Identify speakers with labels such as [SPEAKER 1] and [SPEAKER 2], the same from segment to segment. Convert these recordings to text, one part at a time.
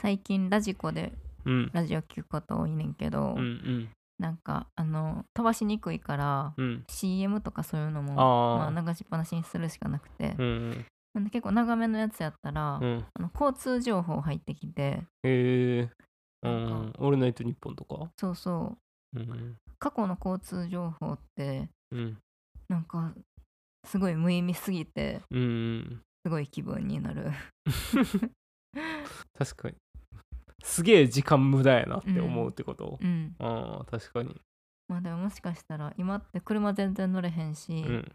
[SPEAKER 1] 最近ラジコで
[SPEAKER 2] うん
[SPEAKER 1] ラジオ聞くこと多いねんけど、
[SPEAKER 2] うんうん
[SPEAKER 1] なんかあの飛ばしにくいから
[SPEAKER 2] うん
[SPEAKER 1] CM とかそういうのも
[SPEAKER 2] あー
[SPEAKER 1] まあ、流しっぱなしにするしかなくて、
[SPEAKER 2] うん
[SPEAKER 1] なんで結構長めのやつやったら、
[SPEAKER 2] うん
[SPEAKER 1] あの交通情報入ってきて
[SPEAKER 2] へえう
[SPEAKER 1] なん
[SPEAKER 2] んオールナイトニッポンとか
[SPEAKER 1] そうそう
[SPEAKER 2] うん
[SPEAKER 1] 過去の交通情報って
[SPEAKER 2] うん
[SPEAKER 1] なんかすごい無意味すぎて
[SPEAKER 2] うん うん
[SPEAKER 1] すごい気分になる
[SPEAKER 2] 確かにすげえ時間無駄やなって思うってこと
[SPEAKER 1] うん
[SPEAKER 2] ああ確かに
[SPEAKER 1] まあでももしかしたら今って車全然乗れへんし、
[SPEAKER 2] うん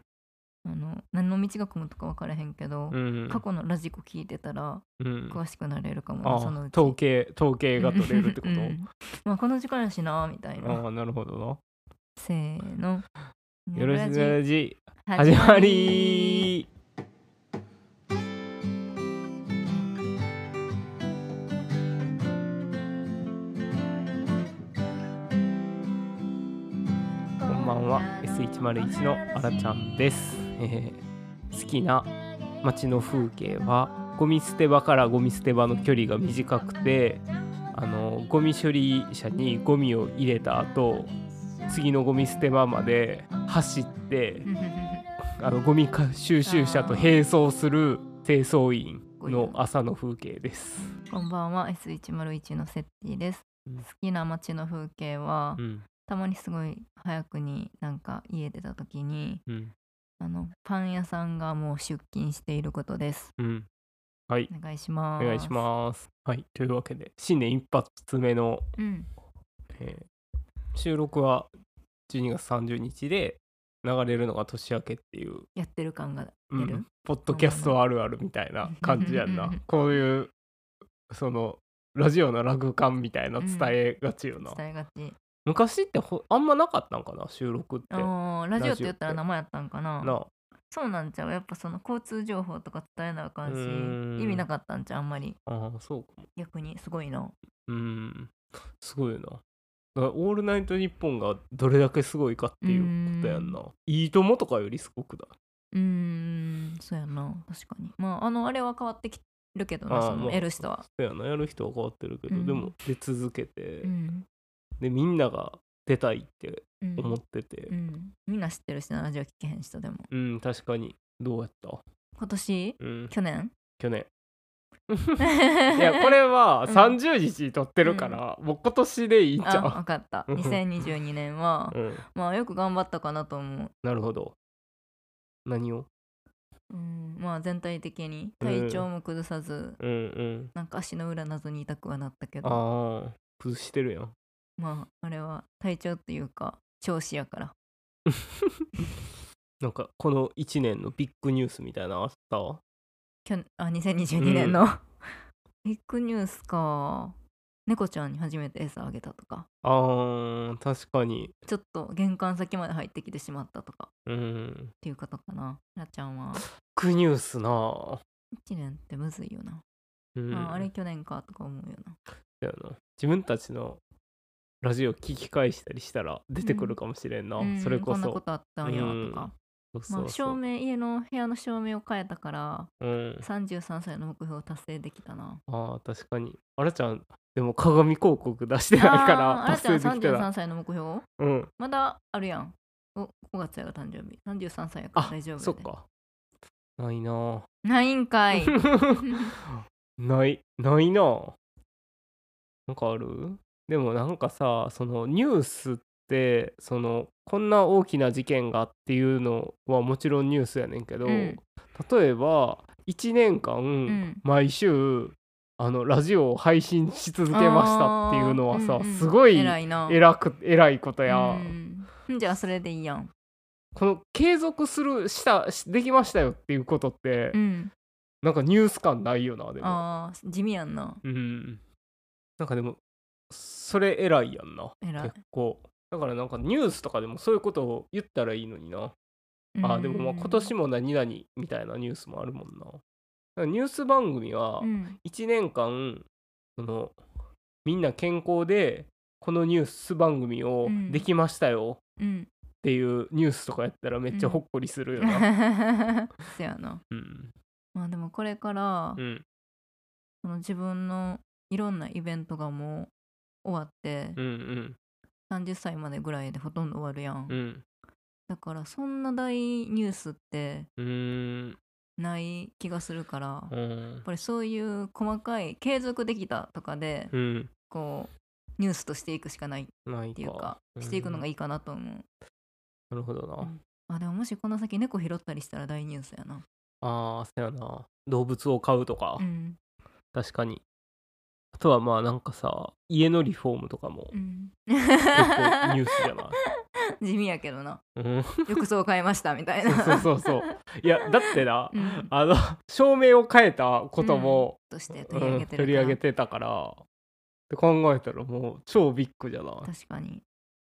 [SPEAKER 1] あの何の道が混むとか分からへんけど、
[SPEAKER 2] うん
[SPEAKER 1] 過去のラジコ聞いてたら
[SPEAKER 2] うん
[SPEAKER 1] 詳しくなれるかもな、
[SPEAKER 2] あ
[SPEAKER 1] その
[SPEAKER 2] あ
[SPEAKER 1] うち
[SPEAKER 2] 統計統計が取れるってこ
[SPEAKER 1] うんうんまあこの時間やしなみたい
[SPEAKER 2] と
[SPEAKER 1] な
[SPEAKER 2] ああなるほどな
[SPEAKER 1] せーの
[SPEAKER 2] よろしくお願いし
[SPEAKER 1] ラ
[SPEAKER 2] ます
[SPEAKER 1] ジ
[SPEAKER 2] 始まり
[SPEAKER 1] こ
[SPEAKER 2] こんばんは S101 のあらちゃんです、 えー好きな街の風景はゴミ捨て場からゴミ捨て場の距離が短くてあのゴミ処理車にゴミを入れた後次のゴミ捨て場まで走ってあのゴミか収集車と並走する清掃員の朝の風景です。
[SPEAKER 1] こんばんは S101 のセッティです
[SPEAKER 2] うん
[SPEAKER 1] 好きな街の風景は、
[SPEAKER 2] うん
[SPEAKER 1] たまにすごい早くになんか家出た時に
[SPEAKER 2] うん
[SPEAKER 1] あのパン屋さんがもう出勤していることです
[SPEAKER 2] うん、はい
[SPEAKER 1] お願いしま
[SPEAKER 2] お
[SPEAKER 1] す
[SPEAKER 2] 願いします。はい、というわけで新年一発目の
[SPEAKER 1] すうん
[SPEAKER 2] えー収録は12月30日で流れるのが年明けっていう、
[SPEAKER 1] やってる感が
[SPEAKER 2] う
[SPEAKER 1] 出る
[SPEAKER 2] ん、ポッドキャストあるあるみたいな感じや んなこういうそのラジオのラグ感みたいな伝えがちよな、
[SPEAKER 1] 伝えがち
[SPEAKER 2] 昔ってほあんまなかったんかな収録ってな
[SPEAKER 1] あーラジオって言った
[SPEAKER 2] ラジオ
[SPEAKER 1] ら
[SPEAKER 2] って
[SPEAKER 1] 生やったんかな
[SPEAKER 2] あ
[SPEAKER 1] そうなんちゃうやっぱその交通情報とか伝えなあかん
[SPEAKER 2] うーん
[SPEAKER 1] し意味なかったんちゃうあんまり
[SPEAKER 2] あーそうかも
[SPEAKER 1] 逆にすごいな
[SPEAKER 2] うんすごいよなだからオールナイトニッポンがどれだけすごいかっていうことやんな。いいともとかよりすごくだ。
[SPEAKER 1] うーんそうやな確かにまああのあれは変わってきるけどな
[SPEAKER 2] あー
[SPEAKER 1] そ
[SPEAKER 2] ま
[SPEAKER 1] の
[SPEAKER 2] あ
[SPEAKER 1] L 人は
[SPEAKER 2] そうやな、やる人は変わってるけど、
[SPEAKER 1] うん
[SPEAKER 2] でも出続けて、
[SPEAKER 1] うん
[SPEAKER 2] でみんなが出たいって
[SPEAKER 1] うん
[SPEAKER 2] 思ってて
[SPEAKER 1] う、んみんな知ってるしなラジオ聞けへん人でも
[SPEAKER 2] うん、確かにどうやった、
[SPEAKER 1] 今年
[SPEAKER 2] うん、
[SPEAKER 1] 去年
[SPEAKER 2] 去年
[SPEAKER 1] い
[SPEAKER 2] いや これは
[SPEAKER 1] うん
[SPEAKER 2] 30日に撮ってるから、もう今年でいいんち
[SPEAKER 1] あ
[SPEAKER 2] ゃ
[SPEAKER 1] 分かった
[SPEAKER 2] うん
[SPEAKER 1] 2022年は
[SPEAKER 2] う、うん、
[SPEAKER 1] まあよく頑張ったかなと思う
[SPEAKER 2] なるほど何を
[SPEAKER 1] うんまあ全体的に
[SPEAKER 2] うん
[SPEAKER 1] 体調も崩さず、
[SPEAKER 2] うんうん
[SPEAKER 1] なんか足の裏謎に痛くはなったけど
[SPEAKER 2] ああ崩してるやん
[SPEAKER 1] まああれは体調っていうか調子やから
[SPEAKER 2] なんかこの1年のビッグニュースみたいなのあった
[SPEAKER 1] 去年あ2022年の、 ビッグニュースか猫ちゃんに初めて餌あげたとか
[SPEAKER 2] あー確かに
[SPEAKER 1] ちょっと玄関先まで入ってきてしまったとかっ
[SPEAKER 2] うん
[SPEAKER 1] ていうことかならちゃんは
[SPEAKER 2] ビッグニュースな
[SPEAKER 1] 1年ってむずいよな、
[SPEAKER 2] うん
[SPEAKER 1] ああれ去年かとか思うよな
[SPEAKER 2] だよな自分たちのラジオ聞き返したりしたら出てくるかもしれんな、
[SPEAKER 1] うん
[SPEAKER 2] それ
[SPEAKER 1] こ
[SPEAKER 2] こ
[SPEAKER 1] ん
[SPEAKER 2] そ
[SPEAKER 1] なことあったんや
[SPEAKER 2] うん
[SPEAKER 1] とか、
[SPEAKER 2] そう
[SPEAKER 1] ま
[SPEAKER 2] そ
[SPEAKER 1] あ、
[SPEAKER 2] う
[SPEAKER 1] 照
[SPEAKER 2] そう
[SPEAKER 1] 明家の部屋の照明を変えたから
[SPEAKER 2] うん、
[SPEAKER 1] 33歳の目標を達成できた な
[SPEAKER 2] ああ確かにあらちゃんでも鏡広告出してないから
[SPEAKER 1] あーあらちゃん
[SPEAKER 2] 達成できてない
[SPEAKER 1] 33歳の目標
[SPEAKER 2] うん
[SPEAKER 1] まだあるやんお5月やが誕生日33歳やから
[SPEAKER 2] あ
[SPEAKER 1] 大丈夫やで
[SPEAKER 2] そっかないな
[SPEAKER 1] ないんかい
[SPEAKER 2] あ ないないなあなんかあるでもなんかさそのニュースってそのこんな大きな事件がっていうのはもちろんニュースやねんけど、
[SPEAKER 1] うん
[SPEAKER 2] 例えば1年間、
[SPEAKER 1] ん
[SPEAKER 2] 毎週あのラジオを配信し続けましたっていうのはさ、
[SPEAKER 1] あーうんうん
[SPEAKER 2] すごい
[SPEAKER 1] 偉いな
[SPEAKER 2] 偉く偉いことや、
[SPEAKER 1] うんじゃあそれでいいやん
[SPEAKER 2] この継続するしたしできましたよっていうことって、
[SPEAKER 1] うん
[SPEAKER 2] なんかニュース感ないよなでも
[SPEAKER 1] あー地味やんな
[SPEAKER 2] うんなんかでもそれ偉いやんな
[SPEAKER 1] 偉い
[SPEAKER 2] 結構だからなんかニュースとかでもそういうことを言ったらいいのになあーでもまあ今年
[SPEAKER 1] も、
[SPEAKER 2] も何々みたいなニュースもあるもんなだからニュース番組は
[SPEAKER 1] うん
[SPEAKER 2] 1年間そのみんな健康でこのニュース番組を
[SPEAKER 1] うん
[SPEAKER 2] できましたよ
[SPEAKER 1] うん、
[SPEAKER 2] っていうニュースとかやったらめっちゃほっこりするよな。
[SPEAKER 1] そやな
[SPEAKER 2] うん
[SPEAKER 1] まあでもこれから、
[SPEAKER 2] うん
[SPEAKER 1] その自分のいろんなイベントがもう終わって
[SPEAKER 2] う、ん
[SPEAKER 1] 30歳までぐらいでほとんど終わるやん、
[SPEAKER 2] うんうん
[SPEAKER 1] だからそんな大ニュースって
[SPEAKER 2] うーん
[SPEAKER 1] ない気がするから、やっ
[SPEAKER 2] うん
[SPEAKER 1] ぱりそういう細かい継続できたとかで、
[SPEAKER 2] うん
[SPEAKER 1] こうニュースとしていくしかないっ
[SPEAKER 2] ない
[SPEAKER 1] ていうか
[SPEAKER 2] か
[SPEAKER 1] していくのが
[SPEAKER 2] い
[SPEAKER 1] い
[SPEAKER 2] い
[SPEAKER 1] いかなと思う、
[SPEAKER 2] なるほどな、
[SPEAKER 1] うんあでももしこの先猫拾ったりしたら大ニュースやな
[SPEAKER 2] ああそうやな動物を飼うとか、
[SPEAKER 1] うん
[SPEAKER 2] 確かにあとはまあなんかさ家のリフォームとかも
[SPEAKER 1] うん
[SPEAKER 2] 結構ニュースじゃ ない
[SPEAKER 1] 地味やけどな
[SPEAKER 2] うん
[SPEAKER 1] 浴槽変えましたみたいな
[SPEAKER 2] そうそうそうそういやだってな、
[SPEAKER 1] うん
[SPEAKER 2] あの照明を変えたことも、
[SPEAKER 1] として
[SPEAKER 2] う
[SPEAKER 1] 取り上げてる
[SPEAKER 2] ん
[SPEAKER 1] から、
[SPEAKER 2] 取り上げてたからって考えたらもう超ビッグじゃない
[SPEAKER 1] 確かに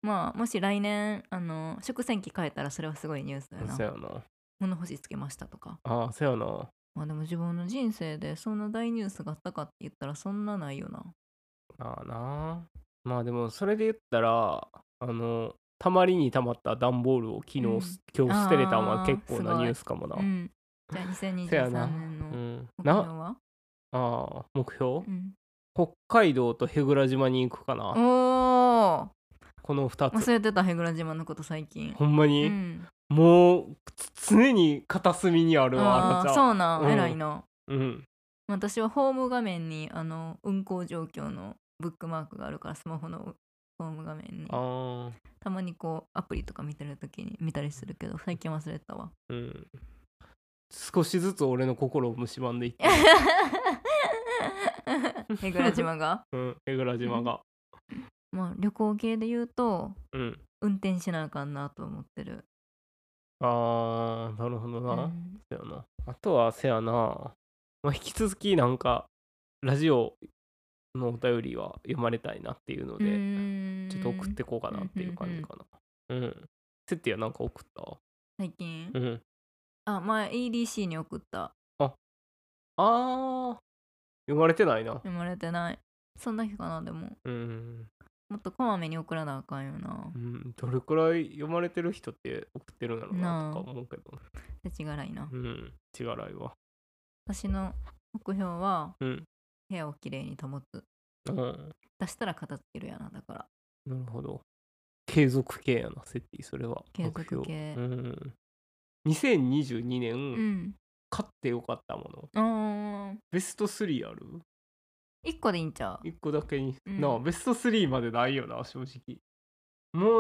[SPEAKER 1] まあもし来年あの食洗機変えたらそれはすごいニュースだよ
[SPEAKER 2] そう
[SPEAKER 1] な
[SPEAKER 2] やな
[SPEAKER 1] 物干しつけましたとか
[SPEAKER 2] ああそうやな
[SPEAKER 1] まあでも自分の人生でそんな大ニュースがあったかって言ったらそんなないよな
[SPEAKER 2] ああなまあでもそれで言ったらあのたまりにたまった段ボールを昨日、
[SPEAKER 1] うん
[SPEAKER 2] 今日捨てれたのは
[SPEAKER 1] あー
[SPEAKER 2] 結構
[SPEAKER 1] す
[SPEAKER 2] な
[SPEAKER 1] ごい
[SPEAKER 2] ニュースかもな、
[SPEAKER 1] うんじゃあ
[SPEAKER 2] そうや
[SPEAKER 1] 2023
[SPEAKER 2] な
[SPEAKER 1] 年
[SPEAKER 2] う
[SPEAKER 1] の目
[SPEAKER 2] ん
[SPEAKER 1] 標
[SPEAKER 2] な
[SPEAKER 1] は、
[SPEAKER 2] ああ目標、
[SPEAKER 1] うん、
[SPEAKER 2] 北海道と舳倉島に行くかな
[SPEAKER 1] お
[SPEAKER 2] この2
[SPEAKER 1] お
[SPEAKER 2] つ
[SPEAKER 1] 忘れてたへぐら島のこと最近
[SPEAKER 2] ほんま
[SPEAKER 1] う
[SPEAKER 2] に、
[SPEAKER 1] ん
[SPEAKER 2] もうつ常に片隅にあるわ
[SPEAKER 1] あ
[SPEAKER 2] あ
[SPEAKER 1] あー
[SPEAKER 2] らちゃん
[SPEAKER 1] そうなん、
[SPEAKER 2] うん
[SPEAKER 1] 偉いな
[SPEAKER 2] うん
[SPEAKER 1] 私はホーム画面にあの運行状況のブックマークがあるからスマホのホーム画面に
[SPEAKER 2] あー
[SPEAKER 1] たまにこうアプリとか見てる時に見たりするけど最近忘れたわ
[SPEAKER 2] うん少しずつ俺の心を蝕んでいって
[SPEAKER 1] へぐら島が
[SPEAKER 2] うん舳倉島が
[SPEAKER 1] まあ旅行系で言うと
[SPEAKER 2] うん
[SPEAKER 1] 運転しなあかんなと思ってる、
[SPEAKER 2] あーなるほど
[SPEAKER 1] う
[SPEAKER 2] な、
[SPEAKER 1] ん、
[SPEAKER 2] だよなあとはせやな、まあ、引き続きなんかラジオのお便りは読まれたいなっていうの
[SPEAKER 1] う
[SPEAKER 2] で
[SPEAKER 1] ーん
[SPEAKER 2] ちょっと送ってこうかなっていう感じかなうんセッティはなんか送っ
[SPEAKER 1] 最近、
[SPEAKER 2] たうん
[SPEAKER 1] あ前 EDC に送った
[SPEAKER 2] あー読まれてないな
[SPEAKER 1] 読まれてないそんだけかなでも
[SPEAKER 2] うん、
[SPEAKER 1] もっとこまめに送らなあかんよな
[SPEAKER 2] うん、どれくらい読まれてる人って送ってるんだろう
[SPEAKER 1] な
[SPEAKER 2] な
[SPEAKER 1] あ
[SPEAKER 2] とか思うけど
[SPEAKER 1] 手違がらいな
[SPEAKER 2] うん違らいは
[SPEAKER 1] 私の目標は
[SPEAKER 2] うん
[SPEAKER 1] 部屋をきれいに保つ
[SPEAKER 2] うんな
[SPEAKER 1] 出したら片付けるやなだから
[SPEAKER 2] るほど継続系やなセッティそれは
[SPEAKER 1] 継続系
[SPEAKER 2] 目標うん2022年、
[SPEAKER 1] うん
[SPEAKER 2] 買ってよかったもの
[SPEAKER 1] うーん
[SPEAKER 2] ベスト3ある
[SPEAKER 1] 1個でいいんちゃう
[SPEAKER 2] 1個だけに、
[SPEAKER 1] うん
[SPEAKER 2] なあベスト3までないよな正直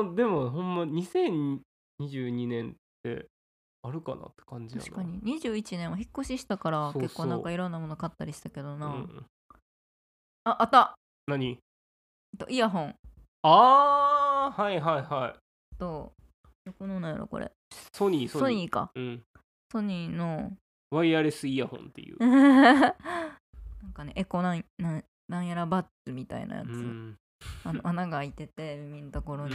[SPEAKER 2] もうでもほんま2022年ってあるかなって感じやな
[SPEAKER 1] 確かに21年は引っ越ししたから
[SPEAKER 2] そうそう
[SPEAKER 1] 結構なんかいろんなもの買ったりしたけど
[SPEAKER 2] う
[SPEAKER 1] な、
[SPEAKER 2] ん、
[SPEAKER 1] ああったえ
[SPEAKER 2] 何
[SPEAKER 1] っとイヤホン
[SPEAKER 2] あーはいはいはい
[SPEAKER 1] とこのなんやろこれ
[SPEAKER 2] ソニー
[SPEAKER 1] ソニーか
[SPEAKER 2] うん、
[SPEAKER 1] ソニーの
[SPEAKER 2] ワイヤレスイヤホンって いう、
[SPEAKER 1] なんかねエコなんなんなんやらバッツみたいなやつ、
[SPEAKER 2] うん
[SPEAKER 1] あの穴が開いてて 耳のとこ
[SPEAKER 2] う
[SPEAKER 1] ろ
[SPEAKER 2] ん
[SPEAKER 1] に、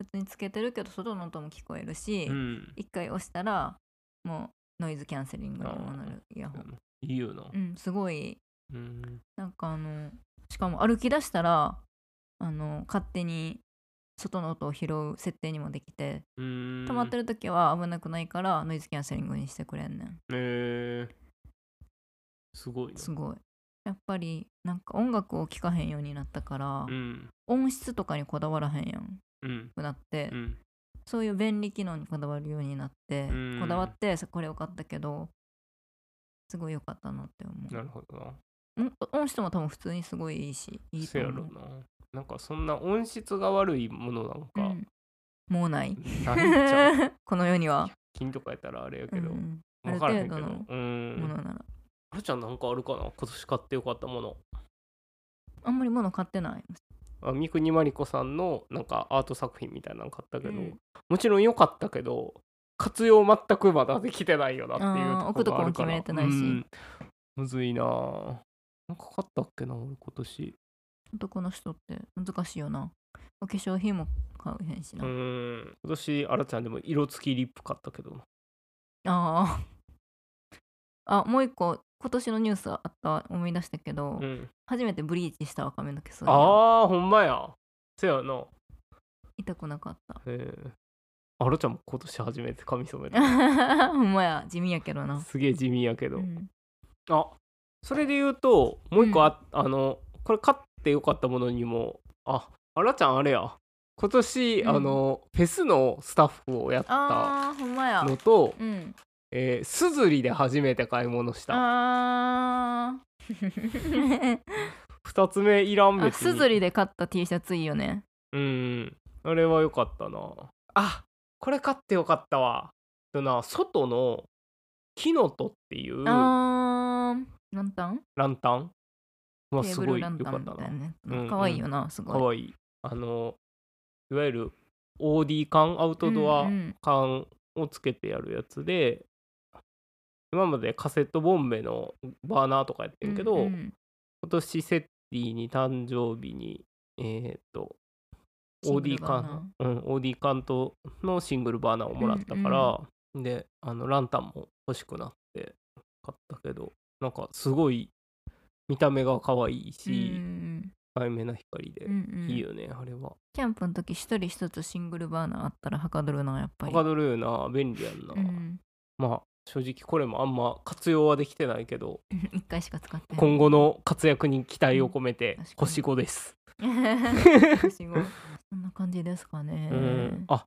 [SPEAKER 1] 別につけてるけど外の音も聞こえるし、
[SPEAKER 2] うんうん
[SPEAKER 1] 一回押したらもうノイズキャンセリングにもなるイヤホン
[SPEAKER 2] いいよな
[SPEAKER 1] うんすごい
[SPEAKER 2] うん
[SPEAKER 1] なんかあのしかも歩き出したらあの勝手に外の音を拾う設定にもできて
[SPEAKER 2] うん
[SPEAKER 1] 止まってる時は危なくないからノイズキャンセリングにしてくれんねん
[SPEAKER 2] えーすごいな
[SPEAKER 1] すごいやっぱりなんか音楽を聴かへんようになったから
[SPEAKER 2] うん
[SPEAKER 1] 音質とかにこだわらへんやん
[SPEAKER 2] うん
[SPEAKER 1] くなって
[SPEAKER 2] うん
[SPEAKER 1] そういう便利機能にこだわるようになって
[SPEAKER 2] うん
[SPEAKER 1] こだわってさこれを買ったけどすごい良かったなって
[SPEAKER 2] な
[SPEAKER 1] 思
[SPEAKER 2] るほどな
[SPEAKER 1] ううん音質も多分普通にすごいいいしいい
[SPEAKER 2] せ
[SPEAKER 1] と
[SPEAKER 2] や
[SPEAKER 1] 思
[SPEAKER 2] ろ
[SPEAKER 1] う
[SPEAKER 2] ななんかそんな音質が悪いものなん
[SPEAKER 1] う
[SPEAKER 2] か、
[SPEAKER 1] んもうない
[SPEAKER 2] ないんちゃう
[SPEAKER 1] この世には、
[SPEAKER 2] 金とかやったらあれや
[SPEAKER 1] う
[SPEAKER 2] けど、
[SPEAKER 1] ん、あ
[SPEAKER 2] わ
[SPEAKER 1] る
[SPEAKER 2] からへ
[SPEAKER 1] 程度
[SPEAKER 2] んけど
[SPEAKER 1] の
[SPEAKER 2] う
[SPEAKER 1] もの
[SPEAKER 2] ん
[SPEAKER 1] なら
[SPEAKER 2] あれちゃんなんかあるかな今年買ってよかったもの
[SPEAKER 1] あんまり物買ってない
[SPEAKER 2] あ三國真理子さんのなんかアート作品みたいなの買ったけど、
[SPEAKER 1] うん
[SPEAKER 2] もちろん良かったけど活用全くまだできてないよなっていう
[SPEAKER 1] あー
[SPEAKER 2] ところがある
[SPEAKER 1] 置くと
[SPEAKER 2] から
[SPEAKER 1] こも決めれてないし
[SPEAKER 2] うんむずいなぁなんか買ったっけな俺今年
[SPEAKER 1] 男の人って難しいよなお化粧品も買うへんし
[SPEAKER 2] う
[SPEAKER 1] な、
[SPEAKER 2] ん今年あらちゃんでも色付きリップ買ったけど
[SPEAKER 1] あああもう一個今年のニュースあった思い出したけど、
[SPEAKER 2] うん
[SPEAKER 1] 初めてブリーチしたわ髪の毛そういえば
[SPEAKER 2] あーほんまやせやな
[SPEAKER 1] 痛くなかった
[SPEAKER 2] ええあらちゃんも今年初め て髪染めた
[SPEAKER 1] ほんまや地味やけどな、
[SPEAKER 2] すげえ地味やけど、
[SPEAKER 1] うん
[SPEAKER 2] あそれで言うともう一個
[SPEAKER 1] うん
[SPEAKER 2] あ,、あのこれ買ってよかったものにもああらちゃんあれや今年、
[SPEAKER 1] うん
[SPEAKER 2] あのフェスのスタッフをやった
[SPEAKER 1] あーほんまや
[SPEAKER 2] のと
[SPEAKER 1] うん
[SPEAKER 2] えーすずりで初めて買い物した
[SPEAKER 1] あー
[SPEAKER 2] 2つ目いらん
[SPEAKER 1] あ
[SPEAKER 2] 別に
[SPEAKER 1] すずりで買った T シャツいいよね
[SPEAKER 2] うんあれは良かったなあこれ買ってよかったわえっとな外のキノトっていうラ
[SPEAKER 1] あーランタン
[SPEAKER 2] ンタンまあ
[SPEAKER 1] テー
[SPEAKER 2] す
[SPEAKER 1] ブ
[SPEAKER 2] ご
[SPEAKER 1] ル
[SPEAKER 2] い
[SPEAKER 1] ラ
[SPEAKER 2] 良
[SPEAKER 1] ンタ
[SPEAKER 2] か
[SPEAKER 1] ン
[SPEAKER 2] っ
[SPEAKER 1] み
[SPEAKER 2] た
[SPEAKER 1] たい
[SPEAKER 2] な
[SPEAKER 1] なやつ
[SPEAKER 2] うん
[SPEAKER 1] 可愛いよなす
[SPEAKER 2] か
[SPEAKER 1] ごい
[SPEAKER 2] わいいあのいわゆる OD 缶アウトドア
[SPEAKER 1] うんうん
[SPEAKER 2] 缶をつけてやるやつで、今までカセットボンベのバーナーとかやってんけど、
[SPEAKER 1] うんうん
[SPEAKER 2] 今年セッティに誕生日にえーっと
[SPEAKER 1] シングル
[SPEAKER 2] OD
[SPEAKER 1] バー
[SPEAKER 2] 缶うん OD 缶とのシングルバーナーをもらったから、であのランタンも欲しくなって買ったけどなんかすごい見た目が可愛い
[SPEAKER 1] うん
[SPEAKER 2] し、
[SPEAKER 1] うん
[SPEAKER 2] 明るめな光で
[SPEAKER 1] うんうん
[SPEAKER 2] いいよね、あれは。
[SPEAKER 1] キャンプの時一人一つシングルバーナーあったらはかどるなやっぱ
[SPEAKER 2] は
[SPEAKER 1] り
[SPEAKER 2] かどるような便利やんな、
[SPEAKER 1] うん、
[SPEAKER 2] まあ正直これもあんま活用はできてないけど、
[SPEAKER 1] 一回しか使ってない
[SPEAKER 2] 今後の活躍に期待を込めて
[SPEAKER 1] うん確かに
[SPEAKER 2] 星5です、
[SPEAKER 1] 私もそんな感じですかね。
[SPEAKER 2] うんあ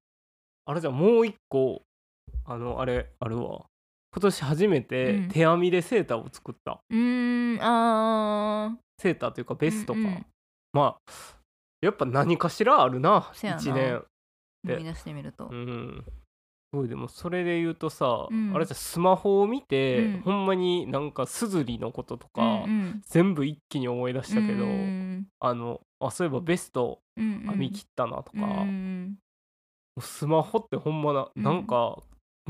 [SPEAKER 2] あれじゃんもう一個あのあれあるわ今年初め
[SPEAKER 1] う
[SPEAKER 2] て
[SPEAKER 1] ん
[SPEAKER 2] 手編みでセーターを作った、
[SPEAKER 1] うーん、あ
[SPEAKER 2] セーターというかベストか、
[SPEAKER 1] うんうん
[SPEAKER 2] まあやっぱ何かしらあるな
[SPEAKER 1] せやな
[SPEAKER 2] 1年
[SPEAKER 1] ー
[SPEAKER 2] で
[SPEAKER 1] 思い出してみると
[SPEAKER 2] う。んすごいでもそれで言うとさ、
[SPEAKER 1] うん
[SPEAKER 2] あれじゃんスマホを見て、
[SPEAKER 1] うん
[SPEAKER 2] ほんまになんかすずりのこととか、
[SPEAKER 1] うんうん
[SPEAKER 2] 全部一気に思い出したけど、
[SPEAKER 1] うん
[SPEAKER 2] あのあそういえばベスト
[SPEAKER 1] うんうん
[SPEAKER 2] 編み切ったなとか、
[SPEAKER 1] う
[SPEAKER 2] も
[SPEAKER 1] ん
[SPEAKER 2] うスマホってほんまな
[SPEAKER 1] うん
[SPEAKER 2] なんか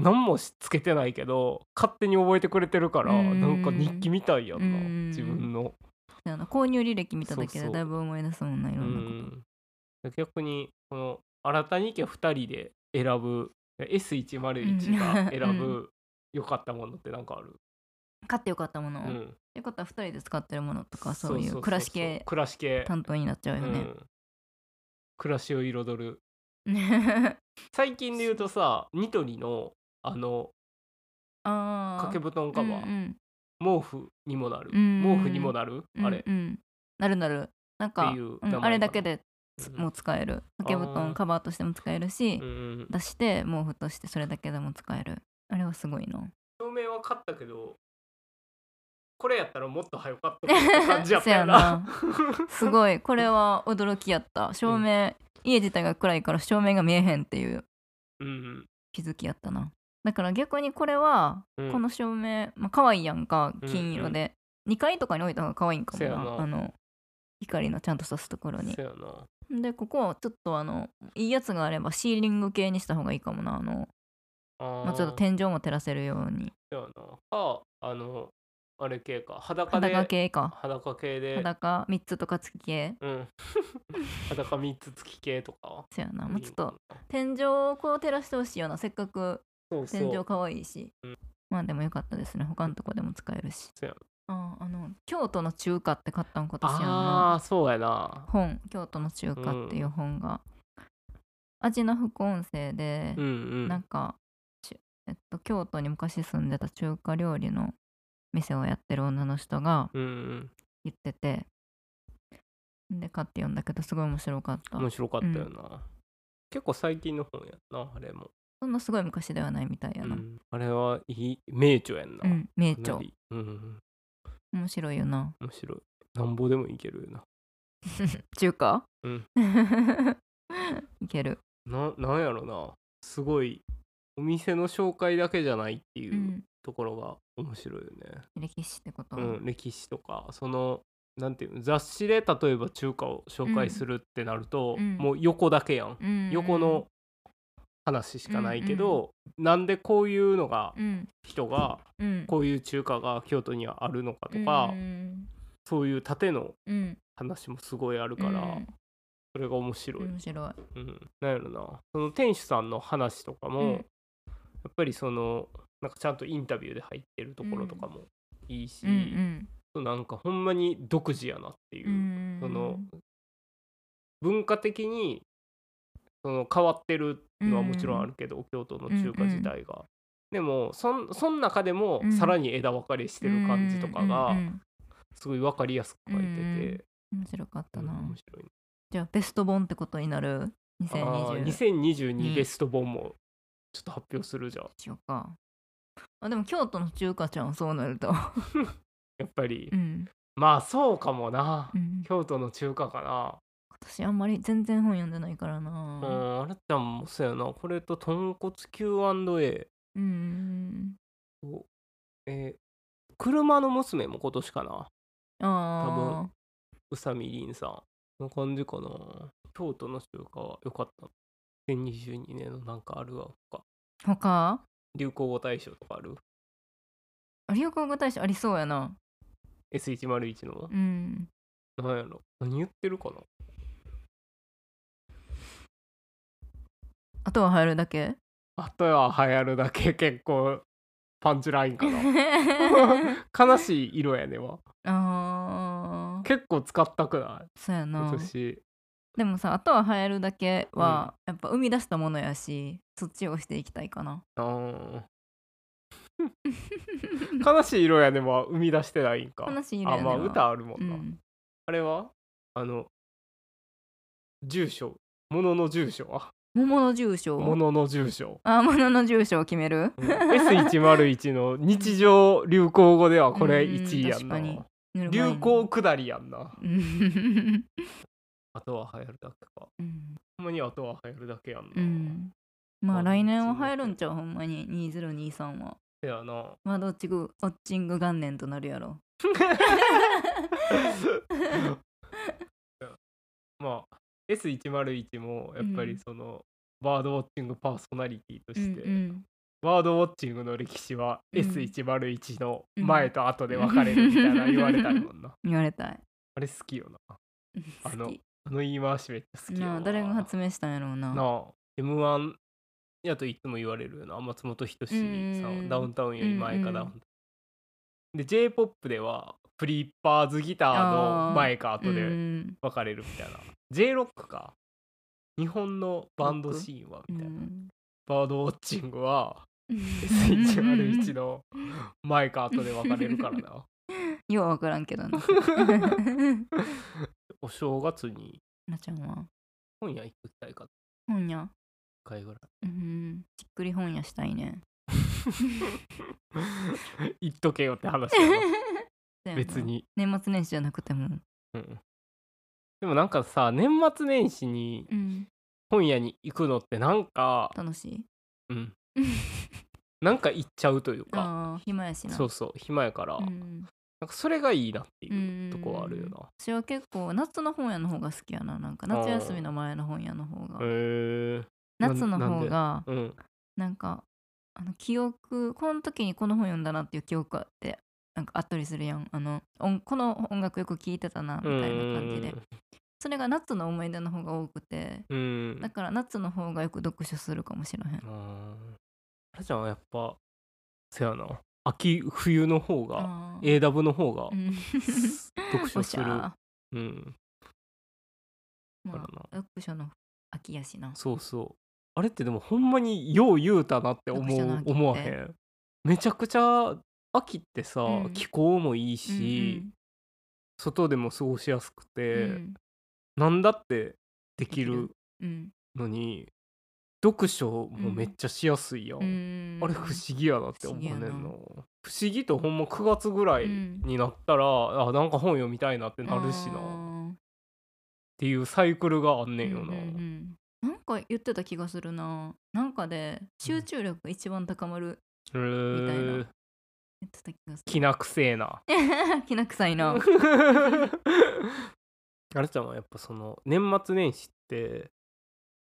[SPEAKER 2] 何もしつけてないけど勝手に覚えてくれてるから、
[SPEAKER 1] うん
[SPEAKER 2] なんか日記みたいやんな、
[SPEAKER 1] うん
[SPEAKER 2] 自分の。
[SPEAKER 1] せやな購入履歴見ただけ
[SPEAKER 2] そうそ
[SPEAKER 1] で
[SPEAKER 2] う
[SPEAKER 1] だいぶ思い出すもんないうろんなこ
[SPEAKER 2] ん逆にこの新たに行けば2人で選ぶ S101 が選
[SPEAKER 1] う
[SPEAKER 2] ぶ良かったものってなんかある、
[SPEAKER 1] と。買ってよかったもの。
[SPEAKER 2] う
[SPEAKER 1] って
[SPEAKER 2] ん
[SPEAKER 1] ことは二人で使ってるものとかそうい
[SPEAKER 2] そう
[SPEAKER 1] 暮らし系
[SPEAKER 2] 暮らし系
[SPEAKER 1] 担当になっちゃうよ
[SPEAKER 2] う
[SPEAKER 1] ね。
[SPEAKER 2] ん暮らしを彩る
[SPEAKER 1] あ
[SPEAKER 2] 最近で言うとさニトリのあの
[SPEAKER 1] あー。
[SPEAKER 2] 掛け布団カバ
[SPEAKER 1] う
[SPEAKER 2] ー、
[SPEAKER 1] ん
[SPEAKER 2] 毛布にもなる、
[SPEAKER 1] うん
[SPEAKER 2] 毛布にもなる、
[SPEAKER 1] うん
[SPEAKER 2] あれ
[SPEAKER 1] うんうんなるなる。なんか
[SPEAKER 2] っていう名
[SPEAKER 1] う
[SPEAKER 2] 前か
[SPEAKER 1] ん
[SPEAKER 2] な
[SPEAKER 1] あれだけで
[SPEAKER 2] うん
[SPEAKER 1] もう使える。掛け布
[SPEAKER 2] あー
[SPEAKER 1] 団カバーとしても使えるし
[SPEAKER 2] う。ん
[SPEAKER 1] 出して毛布としてそれだけでも使えるあれはすごい な
[SPEAKER 2] 照明は買ったけどこれやったらもっと早かったって感じやった よな
[SPEAKER 1] すごいこれは驚きやった照明、家自体が暗いから照明が見えへんっていう
[SPEAKER 2] うん
[SPEAKER 1] 気づきやったなだから逆にこれは、
[SPEAKER 2] うん
[SPEAKER 1] この照明まあ可愛いやんか金色
[SPEAKER 2] うん
[SPEAKER 1] で、2階とかに置いた方が可愛いんかも
[SPEAKER 2] せや
[SPEAKER 1] な
[SPEAKER 2] な
[SPEAKER 1] あの光のちゃんとさすところに
[SPEAKER 2] そうやな
[SPEAKER 1] でここはちょっとあのいいやつがあればシーリング系にした方がいいかもなあの、
[SPEAKER 2] あ
[SPEAKER 1] まあ、ちょっと
[SPEAKER 2] 天
[SPEAKER 1] 天井も照らせるように
[SPEAKER 2] そうやなああのあれ系か裸で
[SPEAKER 1] 裸系か
[SPEAKER 2] 裸系で
[SPEAKER 1] 裸3つとか付き系
[SPEAKER 2] うん 裸3つ付き系とか
[SPEAKER 1] そうやなもうちょっ
[SPEAKER 2] いい
[SPEAKER 1] と
[SPEAKER 2] もんな
[SPEAKER 1] 天井をこう照らしてほしいようなせっかく
[SPEAKER 2] そうそ
[SPEAKER 1] 天
[SPEAKER 2] う
[SPEAKER 1] 井可愛いし
[SPEAKER 2] うん
[SPEAKER 1] まあでもよかったですね他のとこでも使えるし
[SPEAKER 2] そうや
[SPEAKER 1] あああの京都の中華って買ったん今年やん
[SPEAKER 2] あ
[SPEAKER 1] な
[SPEAKER 2] あそうやな
[SPEAKER 1] 本京都の中華っていう本が、味の副音声で、
[SPEAKER 2] うんうん
[SPEAKER 1] なんか、ちえっと、京都に昔住んでた中華料理の店をやってる女の人が
[SPEAKER 2] うんうん
[SPEAKER 1] 言っててで買って読んだけどすごい面白かった
[SPEAKER 2] 面白かったよな、結構最近の本やなあれも、
[SPEAKER 1] そんなすごい昔ではないみたいやな、
[SPEAKER 2] うんあれはいい名著やんな、
[SPEAKER 1] うん、名
[SPEAKER 2] かな
[SPEAKER 1] 著
[SPEAKER 2] りうんうん
[SPEAKER 1] 面白いよな
[SPEAKER 2] 面白いなんぼでもいけるよ
[SPEAKER 1] 中華
[SPEAKER 2] うん
[SPEAKER 1] いける、、
[SPEAKER 2] なななんやろなすごいお店の紹介だけじゃないっていううんところが面白いよね、
[SPEAKER 1] 歴史ってこと、
[SPEAKER 2] うん歴史とかそのなんていうの雑誌で例えば中華を紹介するってなると、
[SPEAKER 1] うん
[SPEAKER 2] もう横だけやん、
[SPEAKER 1] うん
[SPEAKER 2] 横の話しかないけど、なんでこういうのが
[SPEAKER 1] うん
[SPEAKER 2] 人が
[SPEAKER 1] うん
[SPEAKER 2] こういう中華が京都にはあるのかとか、
[SPEAKER 1] うん
[SPEAKER 2] そういう縦の
[SPEAKER 1] うん
[SPEAKER 2] 話もすごいあるから、それが面白
[SPEAKER 1] う
[SPEAKER 2] い、
[SPEAKER 1] ん面白い
[SPEAKER 2] うん、なんやろなその店主さんの話とかも、
[SPEAKER 1] うん
[SPEAKER 2] やっぱりそのなんかちゃんとインタビューで入ってるところとかもいいし、
[SPEAKER 1] うん
[SPEAKER 2] なんかほんまに独自やなっていう
[SPEAKER 1] う、ん
[SPEAKER 2] その文化的にその変わってるのはもちろんあるけど、京都の中華自体が。でもそんそん中でも
[SPEAKER 1] うん
[SPEAKER 2] さらに枝分かれしてる感じとかが
[SPEAKER 1] うん
[SPEAKER 2] すごい分かりやすく書いてて、
[SPEAKER 1] 面白かったな、
[SPEAKER 2] うん面白いね
[SPEAKER 1] じゃあベスト本ってことになる
[SPEAKER 2] あー
[SPEAKER 1] 2020
[SPEAKER 2] 2022ベスト本もちょっと発表するじゃん
[SPEAKER 1] しようかあでも京都の中華ちゃんはそうなる と
[SPEAKER 2] やっぱり、
[SPEAKER 1] うん、
[SPEAKER 2] まあそうかもな、
[SPEAKER 1] うん、今
[SPEAKER 2] 京都の中華か
[SPEAKER 1] 年あんまり全然本読んでないからな
[SPEAKER 2] な、うん、あらちゃんもそうやなこれと豚骨 Q&A
[SPEAKER 1] うん
[SPEAKER 2] をえー車の娘も今年かな
[SPEAKER 1] ああ
[SPEAKER 2] 宇佐美凛さんの感じかな京都の中華は良かった2022年のなんかあるわとか
[SPEAKER 1] 他
[SPEAKER 2] 流行語大賞とかある
[SPEAKER 1] 流行語大賞ありそうやな
[SPEAKER 2] S101 の
[SPEAKER 1] うん
[SPEAKER 2] 何やろ何言ってるかな
[SPEAKER 1] あとは入るだけ
[SPEAKER 2] あとは流行るだけ結構パンチラインかな悲しい色やねわ
[SPEAKER 1] あ あ
[SPEAKER 2] 結構使ったくない
[SPEAKER 1] そうやな
[SPEAKER 2] 今年
[SPEAKER 1] でもさあとは流行るだけは、やっぱ生み出したものやしそっちをしていきたいか な
[SPEAKER 2] あー悲しい色やねは生み出してないんか
[SPEAKER 1] 悲しい色やね
[SPEAKER 2] あまあ
[SPEAKER 1] は
[SPEAKER 2] 歌あるも
[SPEAKER 1] うん
[SPEAKER 2] な、
[SPEAKER 1] ん
[SPEAKER 2] あれはあの住所物の住所は
[SPEAKER 1] 桃の住所を
[SPEAKER 2] 物の住所
[SPEAKER 1] あ物の住所を決める
[SPEAKER 2] S101 の日常流行語ではこれ
[SPEAKER 1] うん
[SPEAKER 2] 1位やん
[SPEAKER 1] 確
[SPEAKER 2] な、
[SPEAKER 1] かにぬるま湯
[SPEAKER 2] 流行下りやんな
[SPEAKER 1] うん
[SPEAKER 2] あとは流行るだけか
[SPEAKER 1] うん
[SPEAKER 2] ほんまにあとは流行るだけやんな、
[SPEAKER 1] うんまあ
[SPEAKER 2] あ
[SPEAKER 1] 来年は流行るんちゃうほんまに2023は
[SPEAKER 2] せやな
[SPEAKER 1] まあどっちぐウォッチング元年となるや ろ
[SPEAKER 2] まあ S101 もやっぱりその、バードウォッチングパーソナリティとして、
[SPEAKER 1] うん
[SPEAKER 2] バードウォッチングの歴史は
[SPEAKER 1] うん
[SPEAKER 2] S101 の前と後で分かれるみたいな言われたいもんな、
[SPEAKER 1] 言われたい
[SPEAKER 2] あれ好きよなあの
[SPEAKER 1] 好き
[SPEAKER 2] あの言い回しめっちゃ好きよ
[SPEAKER 1] なあ誰が発明したんやろうな
[SPEAKER 2] なあ M1 やといつも言われるよな松本人志さんは
[SPEAKER 1] うんうん
[SPEAKER 2] ダウンタウンより前
[SPEAKER 1] う
[SPEAKER 2] か
[SPEAKER 1] んうん
[SPEAKER 2] ダウンタウン、で J−POP ではフリッパーズギターの前か
[SPEAKER 1] う
[SPEAKER 2] 後で
[SPEAKER 1] ん
[SPEAKER 2] 分かれるみたいな、J−ROCK か日本のバンドシーンは
[SPEAKER 1] う
[SPEAKER 2] みたいな、
[SPEAKER 1] ん
[SPEAKER 2] バードウォッチング は S101
[SPEAKER 1] よ
[SPEAKER 2] の前か後で分かれるからな
[SPEAKER 1] う分からんけ どな
[SPEAKER 2] お正月に
[SPEAKER 1] なちゃんは
[SPEAKER 2] 本屋行く機会か
[SPEAKER 1] 本屋
[SPEAKER 2] 1回ぐらい
[SPEAKER 1] うんじっくり本屋したいね
[SPEAKER 2] 行っとけよって話や な別に、
[SPEAKER 1] 年末年始じゃなくても
[SPEAKER 2] うん、でもなんかさ年末年始に
[SPEAKER 1] うん
[SPEAKER 2] 本屋に行くのってなんか、
[SPEAKER 1] 楽しい
[SPEAKER 2] うん、なんか行っちゃうというか
[SPEAKER 1] ああ暇やしな
[SPEAKER 2] そうそう暇やから、
[SPEAKER 1] うん
[SPEAKER 2] なんかそれがいいなっていううんとこはあるよな
[SPEAKER 1] 私は結構夏の本屋の方が好きやななんか夏休みの前の本屋の方
[SPEAKER 2] へ
[SPEAKER 1] が
[SPEAKER 2] え
[SPEAKER 1] 夏の
[SPEAKER 2] なん
[SPEAKER 1] 方
[SPEAKER 2] で
[SPEAKER 1] が
[SPEAKER 2] うん
[SPEAKER 1] なんかあの記憶この時にこの本読んだなっていう記憶ってなんかあったりするやんあの音この音楽よく聴いてたなみたいな感じでそれが夏の思い出の方が多くて
[SPEAKER 2] うんうん
[SPEAKER 1] だから夏の方がよく読書するかもしれへん
[SPEAKER 2] ああらちゃんはやっぱせやな秋冬の方が
[SPEAKER 1] あー
[SPEAKER 2] A ダブの方が
[SPEAKER 1] うん
[SPEAKER 2] 読
[SPEAKER 1] お
[SPEAKER 2] 書
[SPEAKER 1] し
[SPEAKER 2] す
[SPEAKER 1] ゃ
[SPEAKER 2] る、
[SPEAKER 1] ー
[SPEAKER 2] うん、
[SPEAKER 1] まあ
[SPEAKER 2] だからな
[SPEAKER 1] 読書の秋やしな
[SPEAKER 2] そうそうあれってでもほんまによう言うたなって思
[SPEAKER 1] 読書の秋
[SPEAKER 2] う
[SPEAKER 1] って
[SPEAKER 2] 思わへんめちゃくちゃ秋ってさ、
[SPEAKER 1] うん
[SPEAKER 2] 気候もいいし、外でも過ごしやす
[SPEAKER 1] う
[SPEAKER 2] く
[SPEAKER 1] んう
[SPEAKER 2] て、
[SPEAKER 1] ん
[SPEAKER 2] なんだってでき
[SPEAKER 1] でき
[SPEAKER 2] る
[SPEAKER 1] るうん
[SPEAKER 2] のに読書もめっちゃしやすいやん、
[SPEAKER 1] うん
[SPEAKER 2] あれ不思議やなって思うねんな
[SPEAKER 1] 不
[SPEAKER 2] 不
[SPEAKER 1] 思
[SPEAKER 2] 思議とほんま9月ぐらい
[SPEAKER 1] うん
[SPEAKER 2] になったら、あなんか本読みたいなってなるしな
[SPEAKER 1] あ
[SPEAKER 2] っ
[SPEAKER 1] ー
[SPEAKER 2] ていうサイクルがあんねんよ
[SPEAKER 1] う
[SPEAKER 2] な、
[SPEAKER 1] んうんうんなんか言ってた気がするななんかで集中力が一番高まる
[SPEAKER 2] へー
[SPEAKER 1] みたいな言ってた気がす
[SPEAKER 2] きなくせえな
[SPEAKER 1] る きな臭いな
[SPEAKER 2] あれちゃんはやっぱその年末年始って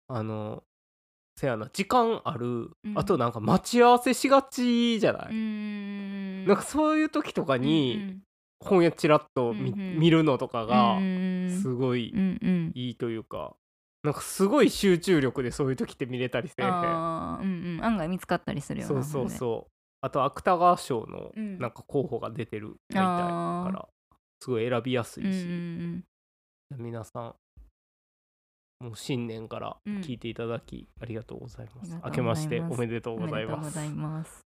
[SPEAKER 2] あのせやな時間ある、
[SPEAKER 1] ん
[SPEAKER 2] あとなんか待ち合わせしがちじゃ な
[SPEAKER 1] う
[SPEAKER 2] い、
[SPEAKER 1] ん
[SPEAKER 2] なんかそういう時とか
[SPEAKER 1] うんう
[SPEAKER 2] に
[SPEAKER 1] ん
[SPEAKER 2] 本屋ちらっと見,、
[SPEAKER 1] うんうん
[SPEAKER 2] 見るのとかが
[SPEAKER 1] うん
[SPEAKER 2] すごい
[SPEAKER 1] うんうん
[SPEAKER 2] いいというか、なんかすごい集中力でそういう時って見れたりせえへん
[SPEAKER 1] あーうんうん案外見つかったりするよ
[SPEAKER 2] そ
[SPEAKER 1] な
[SPEAKER 2] うそうそうあと芥川賞の
[SPEAKER 1] うん
[SPEAKER 2] なんか候補が出てるみたいだ
[SPEAKER 1] あ
[SPEAKER 2] か
[SPEAKER 1] ー
[SPEAKER 2] らすごい選びやす
[SPEAKER 1] ほ
[SPEAKER 2] い
[SPEAKER 1] んでね
[SPEAKER 2] し、
[SPEAKER 1] うん
[SPEAKER 2] 皆さんもう新年から
[SPEAKER 1] うん
[SPEAKER 2] 聞いていただきありがとうございます、
[SPEAKER 1] ありがとうございます
[SPEAKER 2] 明けましておめでとう
[SPEAKER 1] うんうんお
[SPEAKER 2] ござ
[SPEAKER 1] め
[SPEAKER 2] い
[SPEAKER 1] でとう
[SPEAKER 2] ま
[SPEAKER 1] ご
[SPEAKER 2] す
[SPEAKER 1] ざいます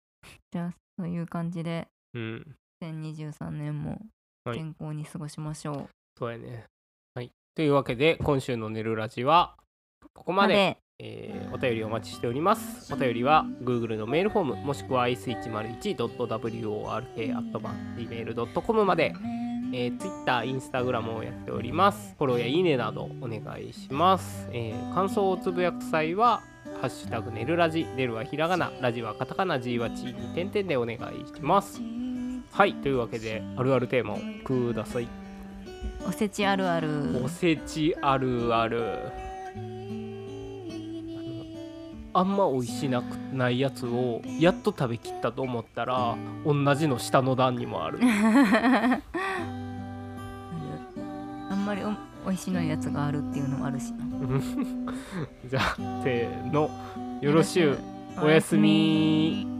[SPEAKER 1] じゃあそういう感じで
[SPEAKER 2] うん
[SPEAKER 1] 2023年も
[SPEAKER 2] はい
[SPEAKER 1] 健康に過ごしましょう。
[SPEAKER 2] そうやね。はい。というわけで、今週の「寝るラジ」は、ここまで。えーお便りお待ちしております。お便りは Google のメールフォームもしくは s101.work.gmail.com まで、えー、Twitter、Instagram をやっております。フォローやいいねなどお願いします。えー感想をつぶやく際は、ハッシュタグねるラジ、ねるはひらがな、ラジはカタカナ、G はチーに点々でお願いします。はい、というわけで、あるあるテーマをください。
[SPEAKER 1] おせちあるある。
[SPEAKER 2] おせちあるあるあのあんま美味しなくないやつをやっと食べきったと思ったら同じの下の段にもある
[SPEAKER 1] あるあんまりお美味しいのやつがあるっていうのもあるしな。
[SPEAKER 2] じゃあせーのよろしゅうおやすみ